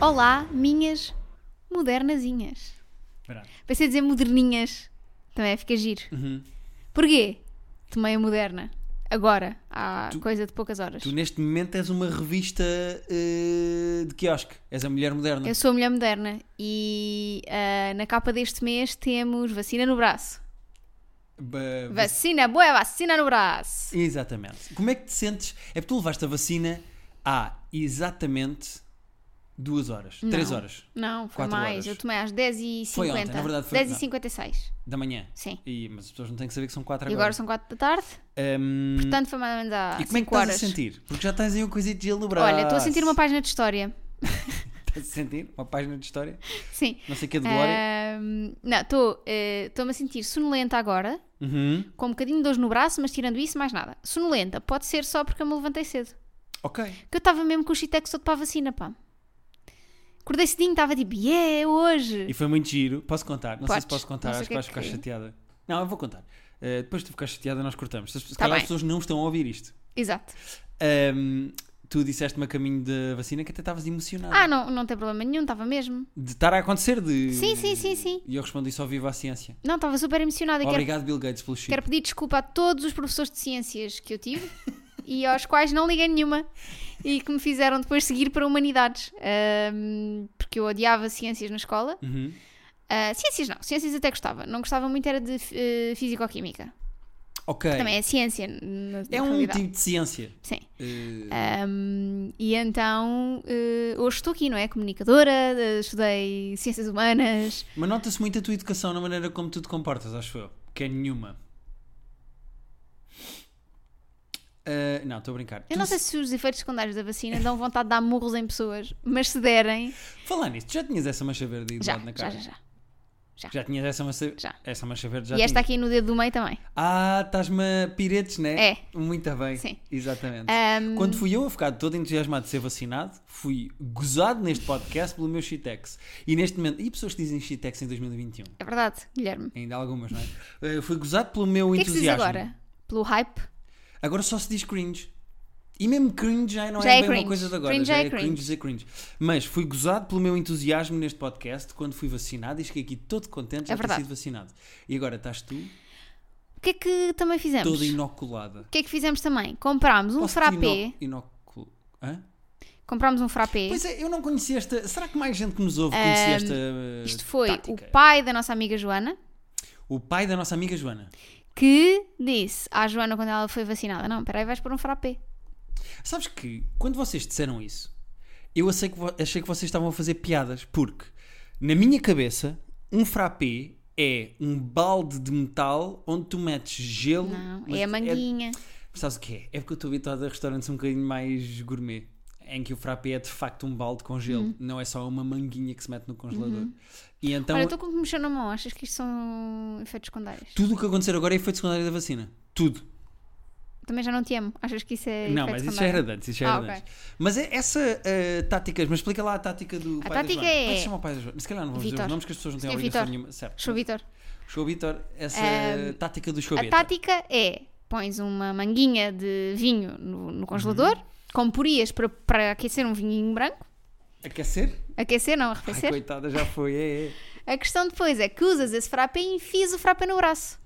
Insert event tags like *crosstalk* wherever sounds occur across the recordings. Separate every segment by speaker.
Speaker 1: Olá, minhas modernazinhas.
Speaker 2: Espera.
Speaker 1: Pensei dizer moderninhas. Também fica giro.
Speaker 2: Uhum.
Speaker 1: Porquê? Tomei a moderna. Agora, há
Speaker 2: Tu-
Speaker 1: coisa de poucas horas.
Speaker 2: Tu neste momento és uma revista eh, de quiosque. És a mulher moderna.
Speaker 1: Eu sou a mulher moderna e ah, na capa deste mês temos vacina no braço.
Speaker 2: Ba- vac-
Speaker 1: Vacina boa, vacina no braço.
Speaker 2: Exatamente. Como é que te sentes? É porque tu levaste a vacina há exatamente duas horas, três horas
Speaker 1: Não, foi
Speaker 2: Quatro
Speaker 1: mais.
Speaker 2: horas.
Speaker 1: Eu tomei às 10h50.
Speaker 2: Foi ontem, na verdade foi-
Speaker 1: 10h56.
Speaker 2: da manhã.
Speaker 1: Sim.
Speaker 2: E, mas as pessoas não têm que saber que são quatro
Speaker 1: E
Speaker 2: agora.
Speaker 1: agora são 4 da tarde.
Speaker 2: Ahm,
Speaker 1: Portanto, foi mais ou menos há
Speaker 2: e como é que
Speaker 1: 5
Speaker 2: estás
Speaker 1: horas.
Speaker 2: a sentir? Porque já tens aí um coisito de gelo no braço.
Speaker 1: Olha, estou a sentir uma página de história.
Speaker 2: *laughs* Estás a sentir? Uma página de história?
Speaker 1: Sim.
Speaker 2: Não sei o que é de
Speaker 1: Eh,
Speaker 2: glória.
Speaker 1: Ahm, não, estou eh, estou-me a sentir sonolenta agora,
Speaker 2: Uhum.
Speaker 1: com um bocadinho de dores no braço, mas tirando isso, mais nada. Sonolenta, pode ser só porque eu me levantei cedo.
Speaker 2: Ok.
Speaker 1: Que eu estava mesmo com o chitex todo para a vacina, pá. Acordei cedinho, estava tipo, yeah, é hoje.
Speaker 2: E foi muito giro. Posso contar? Não sei se
Speaker 1: Podes.
Speaker 2: posso contar,
Speaker 1: Não sei
Speaker 2: acho
Speaker 1: o
Speaker 2: que
Speaker 1: que é
Speaker 2: vais ficar
Speaker 1: que-
Speaker 2: chateada. Não, eu vou contar. Eh, depois de tu ficar chateada, nós cortamos. Se, as- se
Speaker 1: Tá
Speaker 2: calhar as
Speaker 1: bem.
Speaker 2: pessoas não estão a ouvir isto.
Speaker 1: Exato.
Speaker 2: Ahm, tu disseste-me a caminho da vacina que até estavas emocionada.
Speaker 1: Ah, não, não tem problema nenhum, estava mesmo.
Speaker 2: De estar a acontecer, de.
Speaker 1: Sim, sim, sim, sim.
Speaker 2: E eu respondi só viva a ciência.
Speaker 1: Não, estava super emocionada. e Quero,
Speaker 2: Obrigado, Bill Gates, pelo chip.
Speaker 1: quero pedir desculpa a todos os professores de ciências que eu tive *laughs* e aos quais não liguei nenhuma e que me fizeram depois seguir para humanidades. Ahm, porque eu odiava ciências na escola.
Speaker 2: Uhum.
Speaker 1: Ah, ciências não, ciências até gostava. Não gostava muito era de eh, físico-química.
Speaker 2: Ok.
Speaker 1: Também é ciência. na- na
Speaker 2: É um
Speaker 1: realidade.
Speaker 2: tipo de ciência.
Speaker 1: Sim.
Speaker 2: Eh,
Speaker 1: Ahm, e então, eh, hoje estou aqui, não é? Comunicadora, eh, estudei ciências humanas.
Speaker 2: Mas nota-se muito a tua educação na maneira como tu te comportas, acho eu. Que é nenhuma. Eh, não, estou a brincar.
Speaker 1: Eu
Speaker 2: Tu
Speaker 1: não sei se os efeitos secundários da vacina dão vontade de dar murros em pessoas, mas se derem.
Speaker 2: Falar nisto, já tinhas essa mancha verde aí do
Speaker 1: Já,
Speaker 2: lado na
Speaker 1: já,
Speaker 2: cara?
Speaker 1: já, já.
Speaker 2: Já tinhas essa mancha,
Speaker 1: Já.
Speaker 2: Essa mancha verde? Já
Speaker 1: E esta
Speaker 2: tinhas.
Speaker 1: aqui no dedo do meio também.
Speaker 2: Ah, estás-me a piretes, né?
Speaker 1: É.
Speaker 2: Muito bem.
Speaker 1: Sim.
Speaker 2: Exatamente.
Speaker 1: Ahm,
Speaker 2: Quando fui eu a ficar todo entusiasmado de ser vacinado, fui gozado neste podcast pelo meu Shitex. E neste momento. E pessoas que dizem Shitex em 2021?
Speaker 1: É verdade, Guilherme.
Speaker 2: Ainda há algumas, não é? Eh, fui gozado pelo meu
Speaker 1: O que é que se diz
Speaker 2: entusiasmo.
Speaker 1: agora? Pelo hype?
Speaker 2: Agora só se diz cringe. E mesmo cringe já não
Speaker 1: Já
Speaker 2: é,
Speaker 1: é
Speaker 2: bem
Speaker 1: cringe.
Speaker 2: uma coisa de agora.
Speaker 1: Cringe
Speaker 2: já
Speaker 1: já é
Speaker 2: é cringe.
Speaker 1: cringe.
Speaker 2: dizer cringe. Mas fui gozado pelo meu entusiasmo neste podcast quando fui vacinado e cheguei aqui todo contente já
Speaker 1: É
Speaker 2: ter
Speaker 1: verdade.
Speaker 2: sido vacinado. E agora estás tu
Speaker 1: O que é que também fizemos?
Speaker 2: toda
Speaker 1: O
Speaker 2: inoculada.
Speaker 1: que é que fizemos também? Comprámos um
Speaker 2: Posso te
Speaker 1: frappé.
Speaker 2: Ino... Inocu... Hã?
Speaker 1: Comprámos um frappé.
Speaker 2: Pois é, eu não conhecia esta. Será que mais gente que nos ouve conhecia esta. eh,
Speaker 1: Isto foi
Speaker 2: tática?
Speaker 1: o pai da nossa amiga Joana
Speaker 2: O pai da nossa amiga Joana.
Speaker 1: que disse à Joana quando ela foi vacinada: Não, peraí, vais pôr um frappé.
Speaker 2: Sabes que quando vocês disseram isso, eu achei que, vo- achei que vocês estavam a fazer piadas, porque na minha cabeça, um frappé é um balde de metal onde tu metes gelo.
Speaker 1: Não,
Speaker 2: mas
Speaker 1: é a manguinha.
Speaker 2: Sabes o que é? É porque eu estou habituado a restaurantes um bocadinho mais gourmet, em que o frappé é de facto um balde com gelo,
Speaker 1: Uhum.
Speaker 2: não é só uma manguinha que se mete no congelador. E então
Speaker 1: Olha, eu estou com o que mexer na mão, achas que isto são efeitos secundários?
Speaker 2: tudo o que acontecer agora é efeito secundário da vacina. Tudo.
Speaker 1: Também já não te amo, achas que isso é.
Speaker 2: Não,
Speaker 1: efeito
Speaker 2: mas isso já
Speaker 1: secundário?
Speaker 2: era de antes, isso já era
Speaker 1: Ah,
Speaker 2: de
Speaker 1: ok.
Speaker 2: antes. Mas é- essa táticas tática, mas explica lá a tática do
Speaker 1: A
Speaker 2: pai
Speaker 1: tática
Speaker 2: da Joana.
Speaker 1: é-
Speaker 2: Como é que se chama o pai da Joana? Se calhar não vamos dizer
Speaker 1: Vítor.
Speaker 2: os nomes que as pessoas não têm
Speaker 1: Senhor
Speaker 2: obrigação
Speaker 1: Vítor.
Speaker 2: nenhuma. Certo.
Speaker 1: Show Vitor.
Speaker 2: Show Vitor, essa
Speaker 1: Ahm,
Speaker 2: tática do
Speaker 1: A
Speaker 2: Showbita.
Speaker 1: tática é: pões uma manguinha de vinho no, no congelador, com porias para, para aquecer um vinhinho branco.
Speaker 2: Aquecer?
Speaker 1: Aquecer, não
Speaker 2: Ai,
Speaker 1: arrefecer.
Speaker 2: coitada, já foi. É, é.
Speaker 1: a questão depois é que usas esse frappé e enfias o frappé no braço.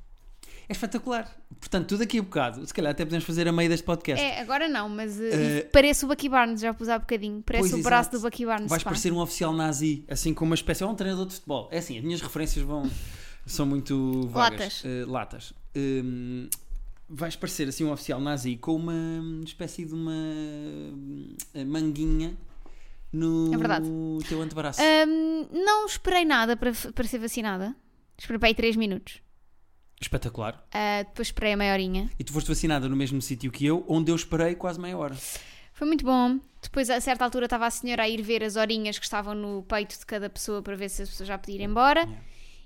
Speaker 2: É espetacular. Portanto, tudo aqui a bocado. Se calhar até podemos fazer a meio deste podcast.
Speaker 1: É, agora não, mas uh,
Speaker 2: Eh,
Speaker 1: parece o Bucky Barnes, já pus há bocadinho. Parece
Speaker 2: Pois,
Speaker 1: o braço
Speaker 2: exato.
Speaker 1: do Bucky Barnes.
Speaker 2: Vais
Speaker 1: pá.
Speaker 2: parecer um oficial nazi, assim como uma espécie. É um treinador de futebol. É assim, as minhas referências vão. são muito vagas.
Speaker 1: Latas.
Speaker 2: Eh, latas. Hum, vais parecer assim um oficial nazi com uma hum, espécie de uma hum, manguinha no
Speaker 1: É verdade. Eh,
Speaker 2: teu antebraço.
Speaker 1: Ahm, não esperei nada para, para ser vacinada. Esperei para aí 3 minutos.
Speaker 2: Espetacular.
Speaker 1: Ah, depois esperei a meia horinha.
Speaker 2: E tu foste vacinada no mesmo sítio que eu, onde eu esperei quase meia hora.
Speaker 1: Foi muito bom. Depois, a certa altura, estava a senhora a ir ver as horinhas que estavam no peito de cada pessoa para ver se as pessoas já podiam ir embora.
Speaker 2: Yeah.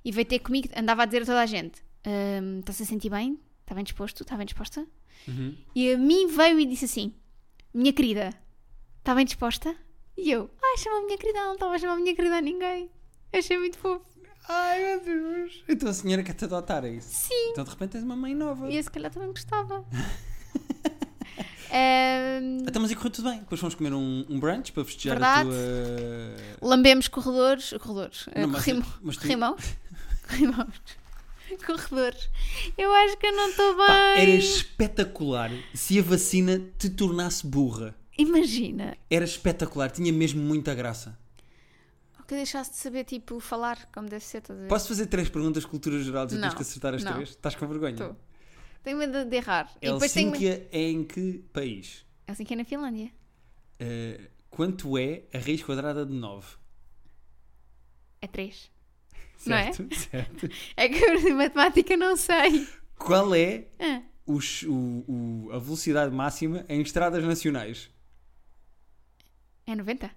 Speaker 1: E veio ter comigo, andava a dizer a toda a gente: "Ahm, Está-se a sentir bem? Está bem disposto? Está bem disposta?
Speaker 2: Uhum.
Speaker 1: E a mim veio e disse assim: Minha querida, está bem disposta? E eu: Ai, chama minha querida, ela não estava a chamar minha querida a ninguém. Achei muito fofo.
Speaker 2: Ai meu Deus! Então a senhora quer te adotar, é isso?
Speaker 1: Sim.
Speaker 2: *laughs* Então de repente tens uma mãe nova.
Speaker 1: E eu, se calhar também gostava. Ahm,
Speaker 2: Até Então, mas e correu tudo bem. Depois fomos comer um, um brunch para festejar
Speaker 1: Verdade.
Speaker 2: a tua.
Speaker 1: lambemos corredores. Corredores. eh,
Speaker 2: Não, mas- é-
Speaker 1: corrimão-
Speaker 2: mas tipo, tu-
Speaker 1: Corrimãos?
Speaker 2: *laughs*
Speaker 1: Corrimãos. Corredores. Eu acho que eu não estou bem.
Speaker 2: Pá, era espetacular se a vacina te tornasse burra.
Speaker 1: Imagina.
Speaker 2: Era espetacular, tinha mesmo muita graça.
Speaker 1: Ou que eu deixasse de saber, tipo, falar como deve ser, estás a ver?
Speaker 2: Posso fazer três perguntas de cultura geral e
Speaker 1: Não,
Speaker 2: tens que acertar as
Speaker 1: não.
Speaker 2: três? Estás com vergonha?
Speaker 1: Tô. Tenho medo de- de errar. E depois tenho medo.
Speaker 2: Helsínquia é em que país?
Speaker 1: Assim que é na Finlândia.
Speaker 2: Eh, quanto é a raiz quadrada de 9?
Speaker 1: É três. Não é?
Speaker 2: Certo? *laughs* Certo.
Speaker 1: É que eu de matemática não sei.
Speaker 2: Qual é
Speaker 1: Ah,
Speaker 2: os- o- o- a velocidade máxima em estradas nacionais? *laughs*
Speaker 1: é 90?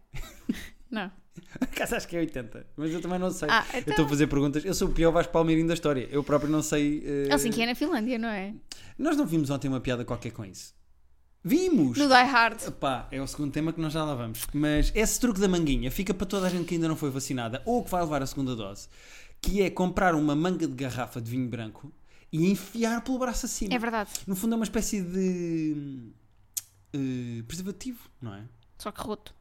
Speaker 1: não.
Speaker 2: Acaso acho que é 80, mas eu também não sei.
Speaker 1: Ah,
Speaker 2: Eu
Speaker 1: então.
Speaker 2: estou a fazer perguntas. Eu sou o pior Vasco Palmeirinho da história. Eu próprio não sei. eh,
Speaker 1: Helsinki é na Finlândia, não é?
Speaker 2: Nós não vimos ontem uma piada qualquer com isso. Vimos!
Speaker 1: No Die Hard.
Speaker 2: Pá, é o segundo tema que nós já lá vamos. Mas esse truque da manguinha fica para toda a gente que ainda não foi vacinada ou que vai levar a segunda dose, que é comprar uma manga de garrafa de vinho branco e enfiar pelo braço acima.
Speaker 1: É verdade.
Speaker 2: No fundo é uma espécie de hum, eh, preservativo, não é?
Speaker 1: Só que roto.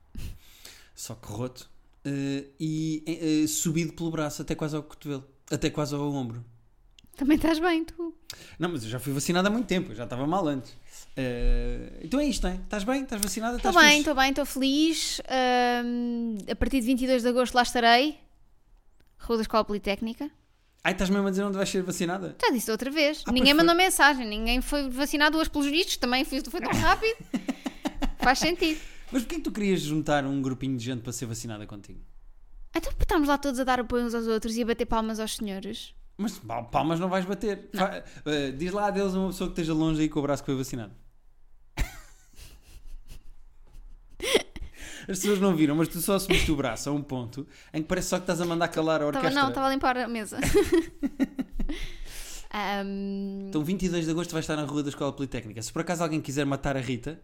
Speaker 2: Só que roto. Eh, e eh, eh, subido pelo braço até quase ao cotovelo, até quase ao ombro.
Speaker 1: Também estás bem, tu.
Speaker 2: Não, mas eu já fui vacinado há muito tempo, eu já estava mal antes. Eh, então é isto, hein? Estás bem? Estás vacinada?
Speaker 1: Estou
Speaker 2: Estás
Speaker 1: bem,
Speaker 2: fixe?
Speaker 1: estou bem, estou feliz. Ahm, a partir de 22 de agosto lá estarei. Rua da Escola Politécnica.
Speaker 2: Ai, estás mesmo a dizer onde vais ser vacinada?
Speaker 1: Já disse outra vez.
Speaker 2: Ah,
Speaker 1: ninguém
Speaker 2: pois
Speaker 1: mandou mensagem, ninguém foi vacinado hoje pelos vistos, também foi, foi tão
Speaker 2: *laughs*
Speaker 1: rápido. Faz sentido.
Speaker 2: Mas porquê que tu querias juntar um grupinho de gente para ser vacinada contigo?
Speaker 1: Então estamos lá todos a dar apoio uns aos outros e a bater palmas aos senhores.
Speaker 2: Mas pal- palmas não vais bater. Fa- eh, diz lá adeus a uma pessoa que esteja longe aí com o braço que foi
Speaker 1: *laughs*
Speaker 2: vacinado. As pessoas não viram, mas tu só subiste o braço a um ponto em que parece só que estás a mandar calar a
Speaker 1: Tava,
Speaker 2: orquestra.
Speaker 1: não, estava a limpar a mesa. *laughs* Ahm,
Speaker 2: Então 22 de agosto vai estar na rua da Escola Politécnica. Se por acaso alguém quiser matar a Rita,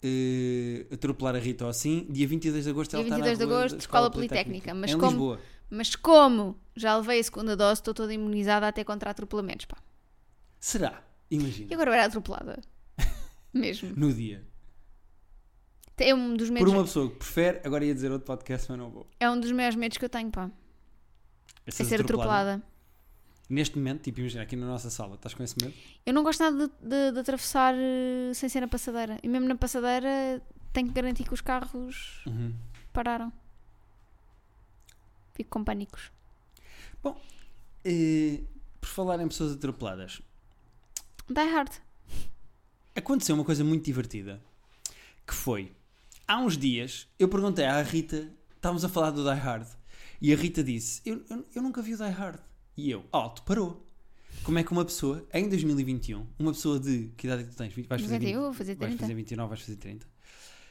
Speaker 2: eh, atropelar a Rita ou assim, dia 22 de agosto ela
Speaker 1: Dia
Speaker 2: está na
Speaker 1: 22 de
Speaker 2: rua
Speaker 1: agosto,
Speaker 2: da
Speaker 1: Escola Politécnica. Mas
Speaker 2: em
Speaker 1: como-
Speaker 2: Lisboa.
Speaker 1: mas como já levei a segunda dose, estou toda imunizada até contra atropelamentos. Pá.
Speaker 2: Será? Imagina.
Speaker 1: E agora eu era atropelada.
Speaker 2: *laughs*
Speaker 1: Mesmo.
Speaker 2: No dia.
Speaker 1: É um, dos
Speaker 2: Por
Speaker 1: medos,
Speaker 2: uma pessoa que prefere, agora ia dizer outro podcast, mas não vou.
Speaker 1: é um dos maiores medos que eu tenho, pá. É ser atropelada.
Speaker 2: Neste momento, tipo, imagina aqui na nossa sala, estás com esse medo?
Speaker 1: Eu não gosto nada de, de- de atravessar eh, sem ser na passadeira. E mesmo na passadeira tenho que garantir que os carros
Speaker 2: Uhum.
Speaker 1: pararam. Fico com pânicos.
Speaker 2: Eh, por falar em pessoas atropeladas,
Speaker 1: Die hard.
Speaker 2: aconteceu uma coisa muito divertida. Que foi, há uns dias, eu perguntei à Rita, estávamos a falar do Die Hard, e a Rita disse, eu, eu, eu nunca vi o Die Hard. E eu, oh, tu parou. Como é que uma pessoa, em 2021, uma pessoa de, que idade é que tu tens? Vinte- Vais fazer,
Speaker 1: 91,
Speaker 2: 20,
Speaker 1: vou um, fazer Ah,
Speaker 2: vais
Speaker 1: 30.
Speaker 2: fazer 29, vais fazer 30.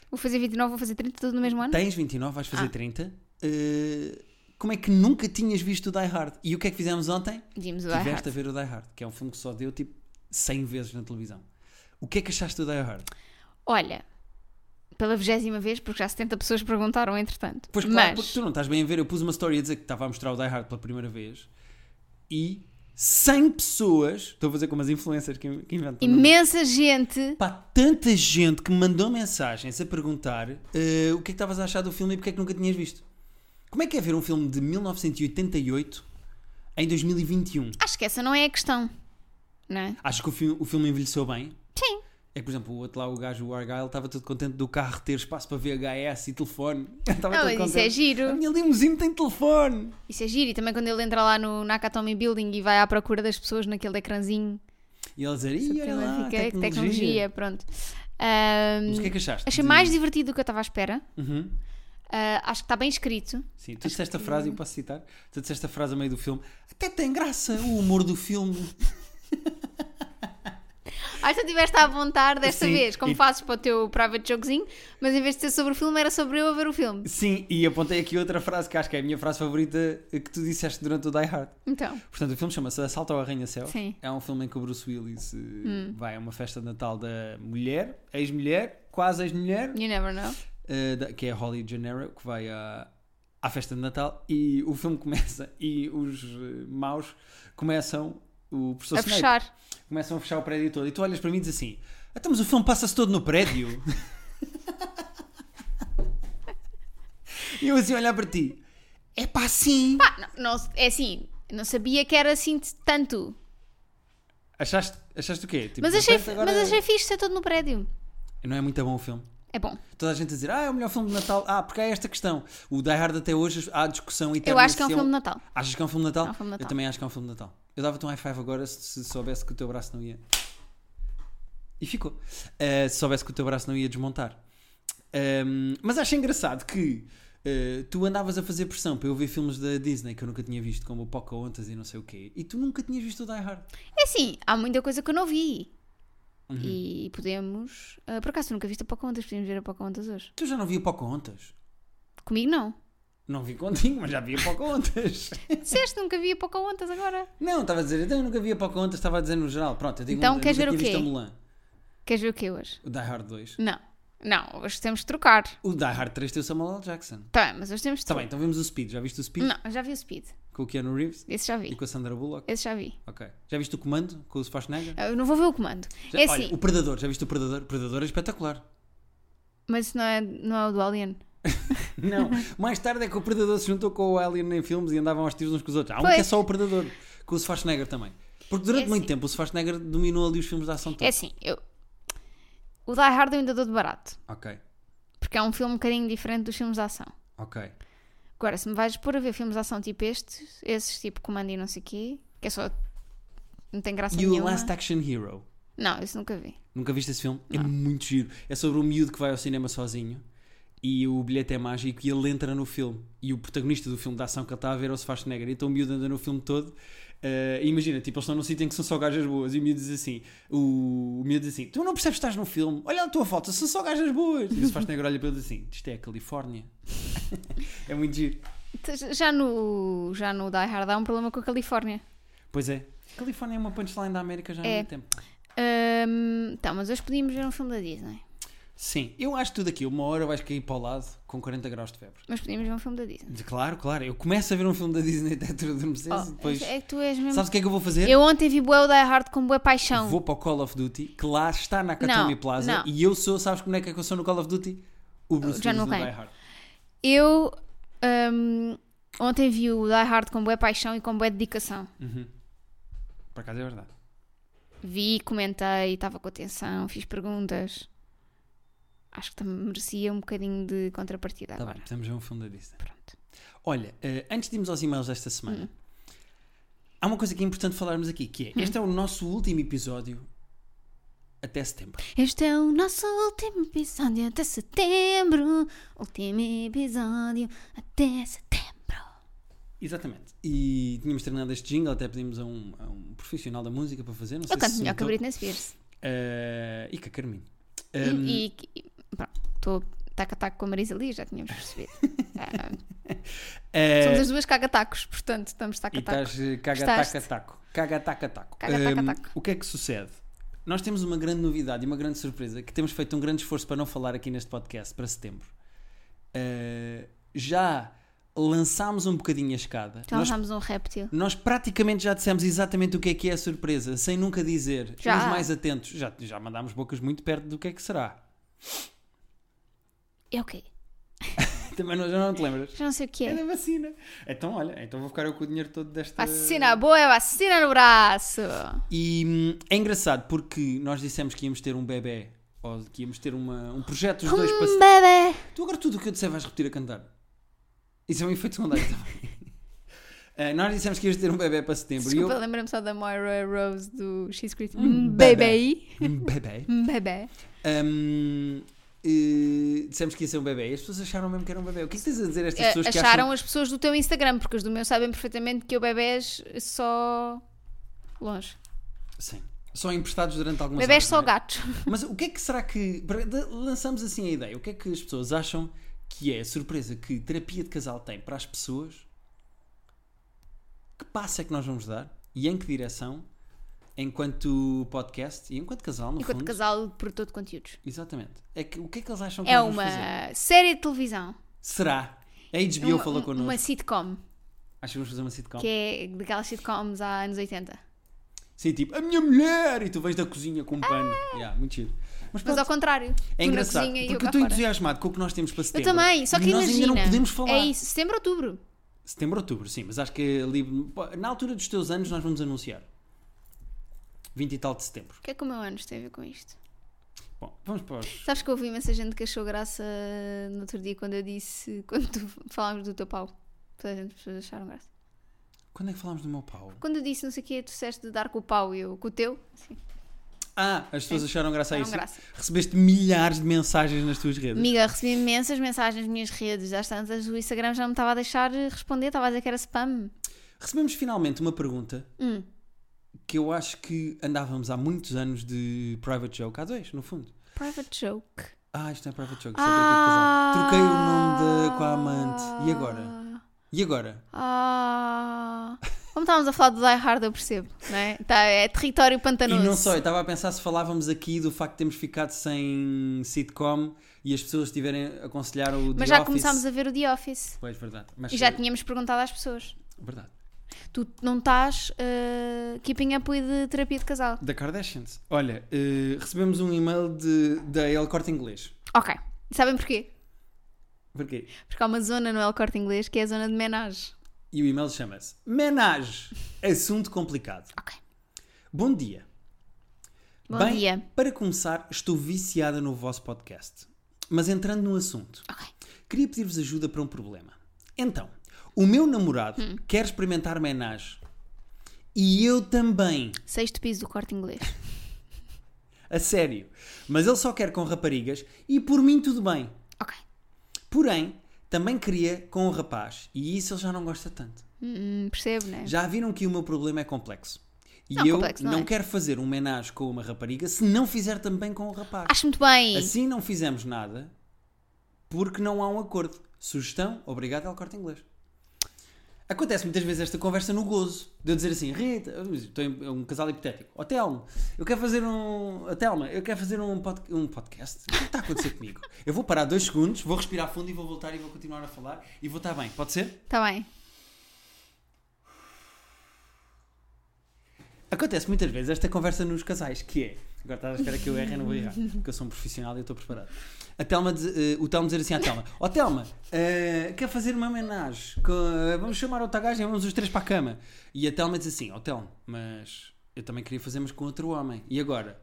Speaker 1: Vou fazer 29, vou fazer 30, tudo no mesmo ano?
Speaker 2: Tens 29, vais fazer
Speaker 1: Ah.
Speaker 2: 30. Eh, como é que nunca tinhas visto o Die Hard? E o que é que fizemos ontem?
Speaker 1: Vimos o Die
Speaker 2: Tiveste
Speaker 1: Hard.
Speaker 2: a ver o Die Hard, que é um filme que só deu tipo 100 vezes na televisão. O que é que achaste do Die Hard?
Speaker 1: Olha, pela vigésima vez, porque já 70 pessoas perguntaram entretanto.
Speaker 2: Pois claro,
Speaker 1: Mas,
Speaker 2: porque tu não estás bem a ver. Eu pus uma story a dizer que estava a mostrar o Die Hard pela primeira vez e 100 pessoas, estou a fazer como as influencers que, que inventam. não é?
Speaker 1: imensa gente.
Speaker 2: Pá, tanta gente que me mandou mensagens a perguntar eh, o que é que estavas a achar do filme e porque é que nunca tinhas visto. Como é que é ver um filme de 1988 em 2021?
Speaker 1: Acho que essa não é a questão. Não é?
Speaker 2: Acho um? que o, fi- o filme envelheceu bem.
Speaker 1: Sim.
Speaker 2: É que, por exemplo, o outro lá, o gajo, o Argyle, estava todo contente do carro ter espaço para VHS e telefone. *laughs* Estava
Speaker 1: Não,
Speaker 2: todo
Speaker 1: mas
Speaker 2: contente.
Speaker 1: isso é giro.
Speaker 2: A minha limusine tem telefone.
Speaker 1: Isso é giro. E também quando ele entra lá no Nakatomi Building e vai à procura das pessoas naquele ecrãzinho.
Speaker 2: E ele dizer, ih, olha lá,
Speaker 1: Fica-
Speaker 2: tecnologia.
Speaker 1: tecnologia, pronto. Ahm,
Speaker 2: Mas o que é que achaste?
Speaker 1: achei
Speaker 2: de-
Speaker 1: mais divertido do que eu estava à espera.
Speaker 2: Uhum.
Speaker 1: Ah, acho que está bem escrito.
Speaker 2: Sim, tu disseste a frase, eu posso citar, tu disseste a frase a meio do filme, até tem graça o humor do filme.
Speaker 1: Acho que tu estiveste a apontar desta
Speaker 2: Sim,
Speaker 1: vez, como
Speaker 2: e-
Speaker 1: fazes para o teu private jokezinho, mas em vez de ser sobre o filme, era sobre eu a ver o filme.
Speaker 2: Sim, e apontei aqui outra frase que acho que é a minha frase favorita eh, que tu disseste durante o Die Hard.
Speaker 1: Então,
Speaker 2: Portanto, o filme chama-se Assalto ao Arranha-Céu.
Speaker 1: Sim. Hum.
Speaker 2: É um filme em que o Bruce Willis eh, vai a uma festa de Natal da mulher, ex-mulher, quase ex-mulher,
Speaker 1: you never know.
Speaker 2: eh, da- que é a Holly Gennaro, que vai à, à festa de Natal e o filme começa e os eh, maus começam o professor
Speaker 1: a
Speaker 2: Snape.
Speaker 1: fechar.
Speaker 2: Começam a fechar o prédio todo e tu olhas para mim e dizes assim: Ah, então, mas o filme passa-se todo
Speaker 1: *laughs*
Speaker 2: no prédio. e eu assim a olhar para ti: É pá, sim.
Speaker 1: Não, não- é assim, não sabia que era assim de- tanto.
Speaker 2: Achaste, achaste o quê? Tipo,
Speaker 1: Mas
Speaker 2: de
Speaker 1: achei,
Speaker 2: repente agora-
Speaker 1: mas achei fixe ser todo no prédio.
Speaker 2: Não é muito bom o filme.
Speaker 1: É bom.
Speaker 2: Toda a gente a dizer, ah, é o melhor filme de Natal. Ah, porque há esta questão. O Die Hard até hoje há discussão
Speaker 1: Eu
Speaker 2: eterna.
Speaker 1: acho que é um
Speaker 2: se
Speaker 1: filme de Natal.
Speaker 2: Achas que é um filme de Natal?
Speaker 1: É um filme de Natal.
Speaker 2: Eu também acho que é um filme de Natal. Eu dava-te um high five agora se, se soubesse que o teu braço não ia. E ficou. Eh, se soubesse que o teu braço não ia desmontar. Ahm, mas acho engraçado que eh, tu andavas a fazer pressão para eu ver filmes da Disney que eu nunca tinha visto, como o Pocahontas e não sei o quê, e tu nunca tinhas visto o Die Hard.
Speaker 1: É assim, há muita coisa que eu não vi.
Speaker 2: Uhum.
Speaker 1: E podemos. ah, por acaso tu nunca viste a Pocahontas? Podemos ver a Pocahontas hoje.
Speaker 2: Tu já não via Pocahontas?
Speaker 1: Comigo não.
Speaker 2: *laughs* Não vi contigo, mas já via Pocahontas.
Speaker 1: *laughs* Disseste nunca vi a Pocahontas agora.
Speaker 2: Não, estava a dizer, então eu nunca vi a Pocahontas, estava a dizer no geral. Pronto, eu digo um-
Speaker 1: Então,
Speaker 2: eu
Speaker 1: queres
Speaker 2: nunca
Speaker 1: ver o
Speaker 2: tinha
Speaker 1: quê?
Speaker 2: visto a Mulan.
Speaker 1: Queres ver o que hoje?
Speaker 2: O Die Hard 2.
Speaker 1: Não. Não, hoje temos de trocar.
Speaker 2: O Die Hard 3 tem o Samuel L. Jackson.
Speaker 1: Tá, bem, mas hoje temos de
Speaker 2: Está
Speaker 1: trocar.
Speaker 2: bem, então vemos o Speed. Já viste o Speed?
Speaker 1: Não, eu já vi o Speed.
Speaker 2: Com o Keanu Reeves
Speaker 1: Esse já
Speaker 2: e
Speaker 1: vi.
Speaker 2: com a Sandra Bullock?
Speaker 1: Esse já vi. Ah,
Speaker 2: Ok. Já viste o Comando com o Schwarzenegger?
Speaker 1: Eu não vou ver o comando.
Speaker 2: Já,
Speaker 1: é
Speaker 2: olha,
Speaker 1: assim,
Speaker 2: o Predador. Já viste o Predador? O Predador é espetacular.
Speaker 1: mas isso não é, não é o do Alien.
Speaker 2: Tá Não. Mais tarde é que o Predador se juntou com o Alien em filmes e andavam aos tiros uns com os outros. Há um
Speaker 1: Pois.
Speaker 2: que é só o Predador. Com o Schwarzenegger também. Porque durante
Speaker 1: É
Speaker 2: muito
Speaker 1: assim.
Speaker 2: tempo o Schwarzenegger dominou ali os filmes de ação todos.
Speaker 1: É assim, eu. O Die Hard eu ainda dou de barato.
Speaker 2: Ok.
Speaker 1: Porque é um filme um bocadinho diferente dos filmes de ação.
Speaker 2: Ok.
Speaker 1: Agora, se me vais pôr a ver filmes de ação tipo estes, esses tipo Comando e não sei o quê, que é só. Não tem graça
Speaker 2: E o
Speaker 1: nenhuma.
Speaker 2: Last Action Hero?
Speaker 1: Não, isso nunca vi.
Speaker 2: Nunca viste esse filme? É muito giro. É sobre um miúdo que vai ao cinema sozinho e o bilhete é mágico e ele entra no filme. E o protagonista do filme da ação que ele está a ver é o Schwarzenegger. Então o miúdo anda no filme todo. eh, e imagina, tipo, eles estão num sítio em que são só gajas boas. E o miúdo diz assim: o, o miúdo diz assim, tu não percebes que estás num filme, olha a tua foto, são só gajas boas. E o Schwarzenegger olha para ele e diz assim: isto é a Califórnia. *laughs* é muito giro.
Speaker 1: Já no, já no Die Hard há um problema com a Califórnia.
Speaker 2: Pois é. Califórnia é uma punchline da América já há
Speaker 1: É.
Speaker 2: muito tempo.
Speaker 1: Hum, tá, mas hoje podíamos ver um filme da Disney.
Speaker 2: Sim, eu acho que tudo aqui. Uma hora vais cair para o lado com 40 graus de febre.
Speaker 1: Mas podíamos ver um filme da Disney.
Speaker 2: De- Claro, claro. Eu começo a ver um filme da Disney até tu adormecer
Speaker 1: Oh,
Speaker 2: e depois.
Speaker 1: É que tu és mesmo.
Speaker 2: Sabes o que é que eu vou fazer?
Speaker 1: Eu ontem vi bué o Die Hard com bué paixão.
Speaker 2: Vou para o Call of Duty, que lá está na Katami
Speaker 1: Não,
Speaker 2: Plaza,
Speaker 1: não.
Speaker 2: e eu sou, sabes como é que é que eu sou no Call of Duty? O Bruce
Speaker 1: John
Speaker 2: Willis do Die
Speaker 1: McClane.
Speaker 2: Hard.
Speaker 1: Eu hum, ontem vi o Die Hard com boa paixão e com boa dedicação.
Speaker 2: Uhum. Por acaso é verdade.
Speaker 1: Tá Vi, comentei, estava com atenção, fiz perguntas. Acho que também merecia um bocadinho de contrapartida
Speaker 2: Está bem,
Speaker 1: agora.
Speaker 2: precisamos ver um filme da Disney.
Speaker 1: Pronto.
Speaker 2: Olha, eh, antes de irmos aos e-mails desta semana,
Speaker 1: Hum.
Speaker 2: há uma coisa que é importante falarmos aqui, que é, este é o nosso último episódio até setembro.
Speaker 1: Este é o nosso último episódio até setembro. Último episódio até setembro.
Speaker 2: Exatamente. E tínhamos treinado este jingle, até pedimos a um, a um profissional da música para fazer, não sei
Speaker 1: Eu canto
Speaker 2: se
Speaker 1: melhor que a
Speaker 2: notou.
Speaker 1: Britney Spears.
Speaker 2: Eh, Ehm, e que a Carminho.
Speaker 1: E-
Speaker 2: Ahm,
Speaker 1: E, e- pronto, estou taca-taco com a Marisa Lee, já tínhamos
Speaker 2: *laughs*
Speaker 1: percebido. Ah,
Speaker 2: eh,
Speaker 1: somos as duas caga-tacos, portanto estamos
Speaker 2: E
Speaker 1: taca-taco.
Speaker 2: estás eh, caga
Speaker 1: Gostaste?
Speaker 2: taca taco. Caga taca taco.
Speaker 1: Caga, taca,
Speaker 2: Hum,
Speaker 1: taco.
Speaker 2: O que é que sucede? Nós temos uma grande novidade e uma grande surpresa que temos feito um grande esforço para não falar aqui neste podcast para setembro. Eh, já lançámos um bocadinho a escada.
Speaker 1: Já
Speaker 2: Nós,
Speaker 1: lançámos um réptil.
Speaker 2: nós praticamente já dissemos exatamente o que é que é a surpresa, sem nunca dizer.
Speaker 1: Já.
Speaker 2: Os mais atentos. Já, já mandámos bocas muito perto do que é que será. *laughs*
Speaker 1: É o quê?
Speaker 2: Também não, já não te lembras.
Speaker 1: Já não sei o que
Speaker 2: É
Speaker 1: é.
Speaker 2: da vacina. Então, olha, então vou ficar eu com o dinheiro todo desta.
Speaker 1: Vacina boa é vacina no braço.
Speaker 2: E hum, é engraçado porque nós dissemos que íamos ter um bebê ou que íamos ter uma- um projeto os dois para
Speaker 1: Um bebê.
Speaker 2: Tu agora tudo o que eu disser vais repetir a cantar. Isso é um efeito secundário também. *laughs* Eh, nós dissemos que íamos ter um bebê para setembro
Speaker 1: Desculpa,
Speaker 2: e
Speaker 1: lembra-me só da Moira Rose do She's Crazy.
Speaker 2: Um
Speaker 1: Um
Speaker 2: bebê.
Speaker 1: bebê.
Speaker 2: eu. Um bebê.
Speaker 1: Um bebê.
Speaker 2: Hum, eh, dissemos que ia ser um bebê e as pessoas acharam mesmo que era um bebê. O que é que tens a dizer a estas pessoas
Speaker 1: Eh,
Speaker 2: que
Speaker 1: acharam as pessoas do teu Instagram, porque as do meu sabem perfeitamente que eu bebés só. longe.
Speaker 2: acham. Sim. Só emprestados durante algumas
Speaker 1: Bebés
Speaker 2: horas,
Speaker 1: só
Speaker 2: não é?
Speaker 1: gatos.
Speaker 2: Mas o que é que será que. para- de- Lançamos assim a ideia. O que é que as pessoas acham que é a surpresa que terapia de casal tem para as pessoas? Que passo é que nós vamos dar? E em que direção? Enquanto podcast e enquanto casal, no
Speaker 1: Enquanto
Speaker 2: fundo.
Speaker 1: casal de produtor de conteúdos.
Speaker 2: Exatamente. É que, o que é que eles acham que
Speaker 1: É
Speaker 2: nós vamos fazer?
Speaker 1: uma série de televisão.
Speaker 2: Será? A HBO
Speaker 1: uma, é-
Speaker 2: falou
Speaker 1: um-
Speaker 2: connosco.
Speaker 1: uma sitcom,
Speaker 2: Acho que vamos fazer uma sitcom.
Speaker 1: que é daquelas sitcoms há anos 80.
Speaker 2: Sim, tipo, a minha mulher! E tu vens da cozinha com um pano. Yeah, muito giro. Mas,
Speaker 1: Ah! Mas
Speaker 2: pronto,
Speaker 1: ao contrário,
Speaker 2: é
Speaker 1: tu na
Speaker 2: engraçado,
Speaker 1: cozinha e eu
Speaker 2: porque eu
Speaker 1: cá
Speaker 2: estou
Speaker 1: fora.
Speaker 2: entusiasmado com o que nós temos para
Speaker 1: Eu
Speaker 2: setembro.
Speaker 1: também, só que
Speaker 2: E nós
Speaker 1: imagina.
Speaker 2: ainda não podemos falar.
Speaker 1: É isso, setembro, outubro.
Speaker 2: Setembro, outubro, sim, mas acho que ali, pá, na altura dos teus anos nós vamos anunciar. 20 e tal de setembro.
Speaker 1: O que é que o meu anos tem a ver com isto?
Speaker 2: Bom, vamos para os...
Speaker 1: Sabes que houve imensa gente que achou graça no outro dia quando eu disse, *laughs* quando tu falámos do teu pau. Toda a gente, as pessoas acharam graça.
Speaker 2: Quando é que falámos do meu pau?
Speaker 1: Quando eu disse não sei o quê, tu disseste de dar com o pau e eu com o teu. Assim,
Speaker 2: Ah, as pessoas acharam graça a
Speaker 1: acharam
Speaker 2: isso.
Speaker 1: graça.
Speaker 2: Recebeste milhares de mensagens nas tuas redes.
Speaker 1: Amiga, recebi imensas mensagens nas minhas redes, às tantas, o Instagram já me estava a deixar responder, estava a dizer que era spam.
Speaker 2: Recebemos finalmente uma pergunta
Speaker 1: Hum.
Speaker 2: que eu acho que andávamos há muitos anos de private joke, há dois, no fundo.
Speaker 1: Private joke.
Speaker 2: Ah, isto não é private joke, isto é proibido de
Speaker 1: Ah!
Speaker 2: casal. Troquei o nome da, com a amante. E agora? E agora?
Speaker 1: Ah. Como estávamos a falar do Die Hard, eu percebo, não é? Tá, é território pantanoso.
Speaker 2: E não só, eu estava a pensar se falávamos aqui do facto de termos ficado sem sitcom e as pessoas tiverem a aconselhar o
Speaker 1: Mas
Speaker 2: The
Speaker 1: já
Speaker 2: Office.
Speaker 1: começámos a ver o The Office.
Speaker 2: Pois, verdade. Mas
Speaker 1: E já tínhamos perguntado às pessoas.
Speaker 2: Verdade.
Speaker 1: Tu não estás eh, keeping up with terapia de casal.
Speaker 2: Da Kardashians. Olha, eh, recebemos um e-mail de, da El Corte Inglês.
Speaker 1: Ok. Sabem porquê?
Speaker 2: Porquê?
Speaker 1: Porque há uma zona no El Corte Inglês que é a zona de menage.
Speaker 2: E o e-mail chama-se Menage. Assunto complicado.
Speaker 1: Ok.
Speaker 2: Bom dia.
Speaker 1: Bom
Speaker 2: Bem,
Speaker 1: dia.
Speaker 2: Para começar, estou viciada no vosso podcast. Mas entrando no assunto,
Speaker 1: Ok.
Speaker 2: queria pedir-vos ajuda para um problema. Então, o meu namorado
Speaker 1: Hum.
Speaker 2: quer experimentar menage e eu também,
Speaker 1: Sexto piso do corte inglês.
Speaker 2: a sério. Mas ele só quer com raparigas e por mim tudo bem.
Speaker 1: Ok.
Speaker 2: Porém, também queria com o rapaz e isso ele já não gosta tanto.
Speaker 1: Hum, percebo, né?
Speaker 2: Já viram que o meu problema é complexo. E
Speaker 1: Não,
Speaker 2: eu
Speaker 1: complexo não
Speaker 2: não
Speaker 1: é.
Speaker 2: quero fazer um menage com uma rapariga se não fizer também com o rapaz.
Speaker 1: Acho muito bem.
Speaker 2: Assim não fizemos nada porque não há um acordo. Sugestão, obrigado ao corte inglês. Acontece muitas vezes esta conversa no gozo. De eu dizer assim, Rita, estou em é um casal hipotético. Ó Telmo, eu quero fazer um. Ó Telma, eu quero fazer um, pod- um podcast. O que está a acontecer comigo? Eu vou parar dois segundos, vou respirar fundo e vou voltar e vou continuar a falar e vou estar bem. Pode ser?
Speaker 1: Está Tá bem.
Speaker 2: Acontece muitas vezes esta conversa nos casais, que é. Agora estás à espera que eu erre, eu não vou errar, porque eu sou um profissional e eu estou preparado. A Telma, diz- eh, o Telmo dizer assim à Telma: Ó Telma, eh, quer fazer uma homenagem? co- vamos chamar outra gaja e vamos os três para a cama. E a Telma diz assim: Ó Telmo, mas eu também queria fazer, mas com outro homem. E agora?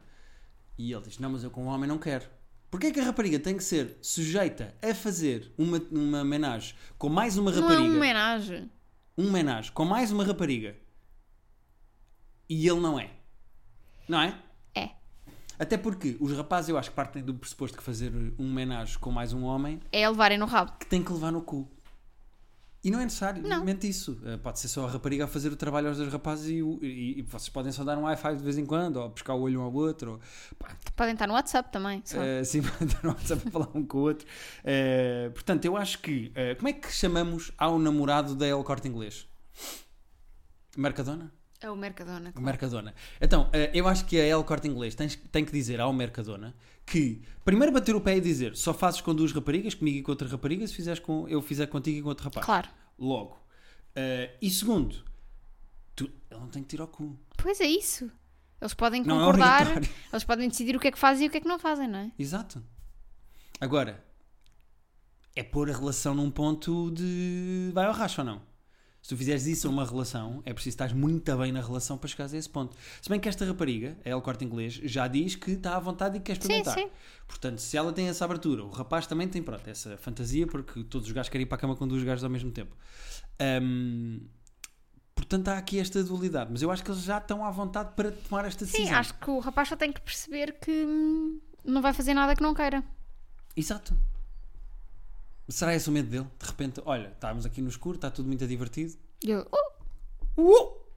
Speaker 2: E ele diz: Não, mas eu com um homem não quero. Porquê é que a rapariga tem que ser sujeita a fazer uma, uma homenagem com mais uma
Speaker 1: Não é
Speaker 2: rapariga?
Speaker 1: uma homenagem.
Speaker 2: um homenagem com mais uma rapariga e ele não é. Não é?
Speaker 1: É.
Speaker 2: Até porque os rapazes, eu acho que partem do pressuposto que fazer um homenagem com mais um homem
Speaker 1: É a levarem no rabo.
Speaker 2: que tem que levar no cu. E não é necessário,
Speaker 1: Não.
Speaker 2: mente isso. Eh, Pode ser só a rapariga a fazer o trabalho aos dois rapazes e, o- e- e vocês podem só dar um wi-fi de vez em quando, ou buscar o olho um ao outro, ou pá,
Speaker 1: Podem estar no WhatsApp também. Só.
Speaker 2: eh, sim, mandar um WhatsApp *laughs* para falar um com o outro. Eh, portanto, eu acho que. eh, como é que chamamos ao namorado da El Corte Inglês? Mercadona?
Speaker 1: É o Mercadona.
Speaker 2: O Mercadona. Então, eh, eu acho que a El Corte Inglês tem, tem que dizer ao Mercadona que primeiro bater o pé e dizer só fazes com duas raparigas, comigo e com outra rapariga, se fizeres com, eu fizer contigo e com outro rapaz.
Speaker 1: Claro.
Speaker 2: Logo. Eh, e segundo, tu, ele não tem que tirar o cu.
Speaker 1: Pois é isso. Eles podem
Speaker 2: Não é
Speaker 1: concordar,
Speaker 2: obrigatório.
Speaker 1: eles podem decidir o que é que fazem e o que é que não fazem, não é?
Speaker 2: Exato. Agora, é pôr a relação num ponto de vai ao racho ou não? Se tu fizeres isso a uma relação, é preciso estar muito bem na relação para chegares a esse ponto. Se bem que esta rapariga, a El Corte Inglês, já diz que está à vontade e que quer experimentar.
Speaker 1: sim.
Speaker 2: Portanto, se ela tem essa abertura, o rapaz também tem, pronto, essa fantasia, porque todos os gajos querem ir para a cama com dois gajos ao mesmo tempo. Ahm, portanto, há aqui esta dualidade. Mas eu acho que eles já estão à vontade para tomar esta
Speaker 1: Sim,
Speaker 2: decisão.
Speaker 1: acho que o rapaz só tem que perceber que hum, não vai fazer nada que não queira.
Speaker 2: Exato. Será esse o medo dele? De repente, olha, estávamos aqui no escuro, está tudo muito divertido.
Speaker 1: E eu, oh,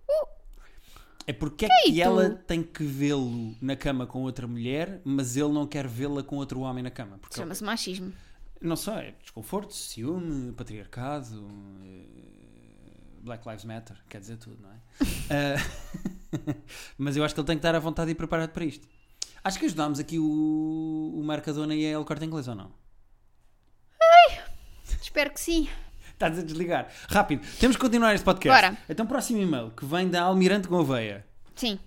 Speaker 2: É porque é que
Speaker 1: tu?
Speaker 2: ela tem que vê-lo na cama com outra mulher, mas ele não quer vê-la com outro homem na cama. Porque
Speaker 1: chama-se machismo.
Speaker 2: não sei, é desconforto, ciúme, patriarcado, eh, Black Lives Matter, quer dizer tudo, *laughs* não é? Ah, *laughs* mas eu acho que ele tem que estar à vontade e preparado para isto. Acho que ajudámos aqui o, o Mercadona e a El Corte Inglês, ou não?
Speaker 1: Espero que sim.
Speaker 2: Estás a desligar. Rápido, temos que continuar este podcast.
Speaker 1: Bora.
Speaker 2: Então, próximo e-mail que vem da Almirante Gouveia.
Speaker 1: Sim.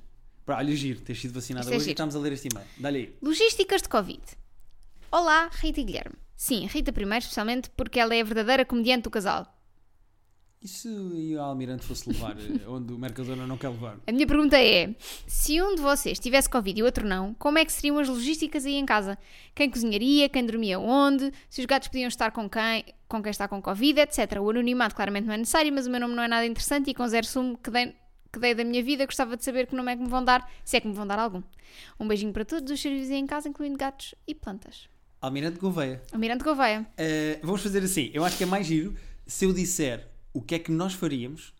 Speaker 2: Pá, olha, giro, tens sido vacinada
Speaker 1: Isto é
Speaker 2: hoje e
Speaker 1: giro.
Speaker 2: estamos a ler este e-mail. Dá-lhe aí.
Speaker 1: Logísticas de Covid. Olá, Rita e Guilherme. Sim, Rita primeiro, especialmente porque ela é a verdadeira comediante do casal.
Speaker 2: E se o Almirante
Speaker 1: *laughs*
Speaker 2: fosse levar eh, onde o Mercadona não quer levar?
Speaker 1: A minha pergunta é: se um de vocês tivesse Covid e o outro não, como é que seriam as logísticas aí em casa? Quem cozinharia, quem dormia onde, se os gatos podiam estar com quem, com quem está com Covid, etc. O anonimato claramente não é necessário, mas o meu nome não é nada interessante e com zero sumo que dei, que dei da minha vida gostava de saber que nome é que me vão dar, se é que me vão dar algum. Um beijinho para todos os serviços aí em casa, incluindo gatos e plantas.
Speaker 2: Almirante Gouveia.
Speaker 1: Almirante Gouveia.
Speaker 2: Eh, vamos fazer assim. Eu acho que é mais giro se eu disser o que é que nós faríamos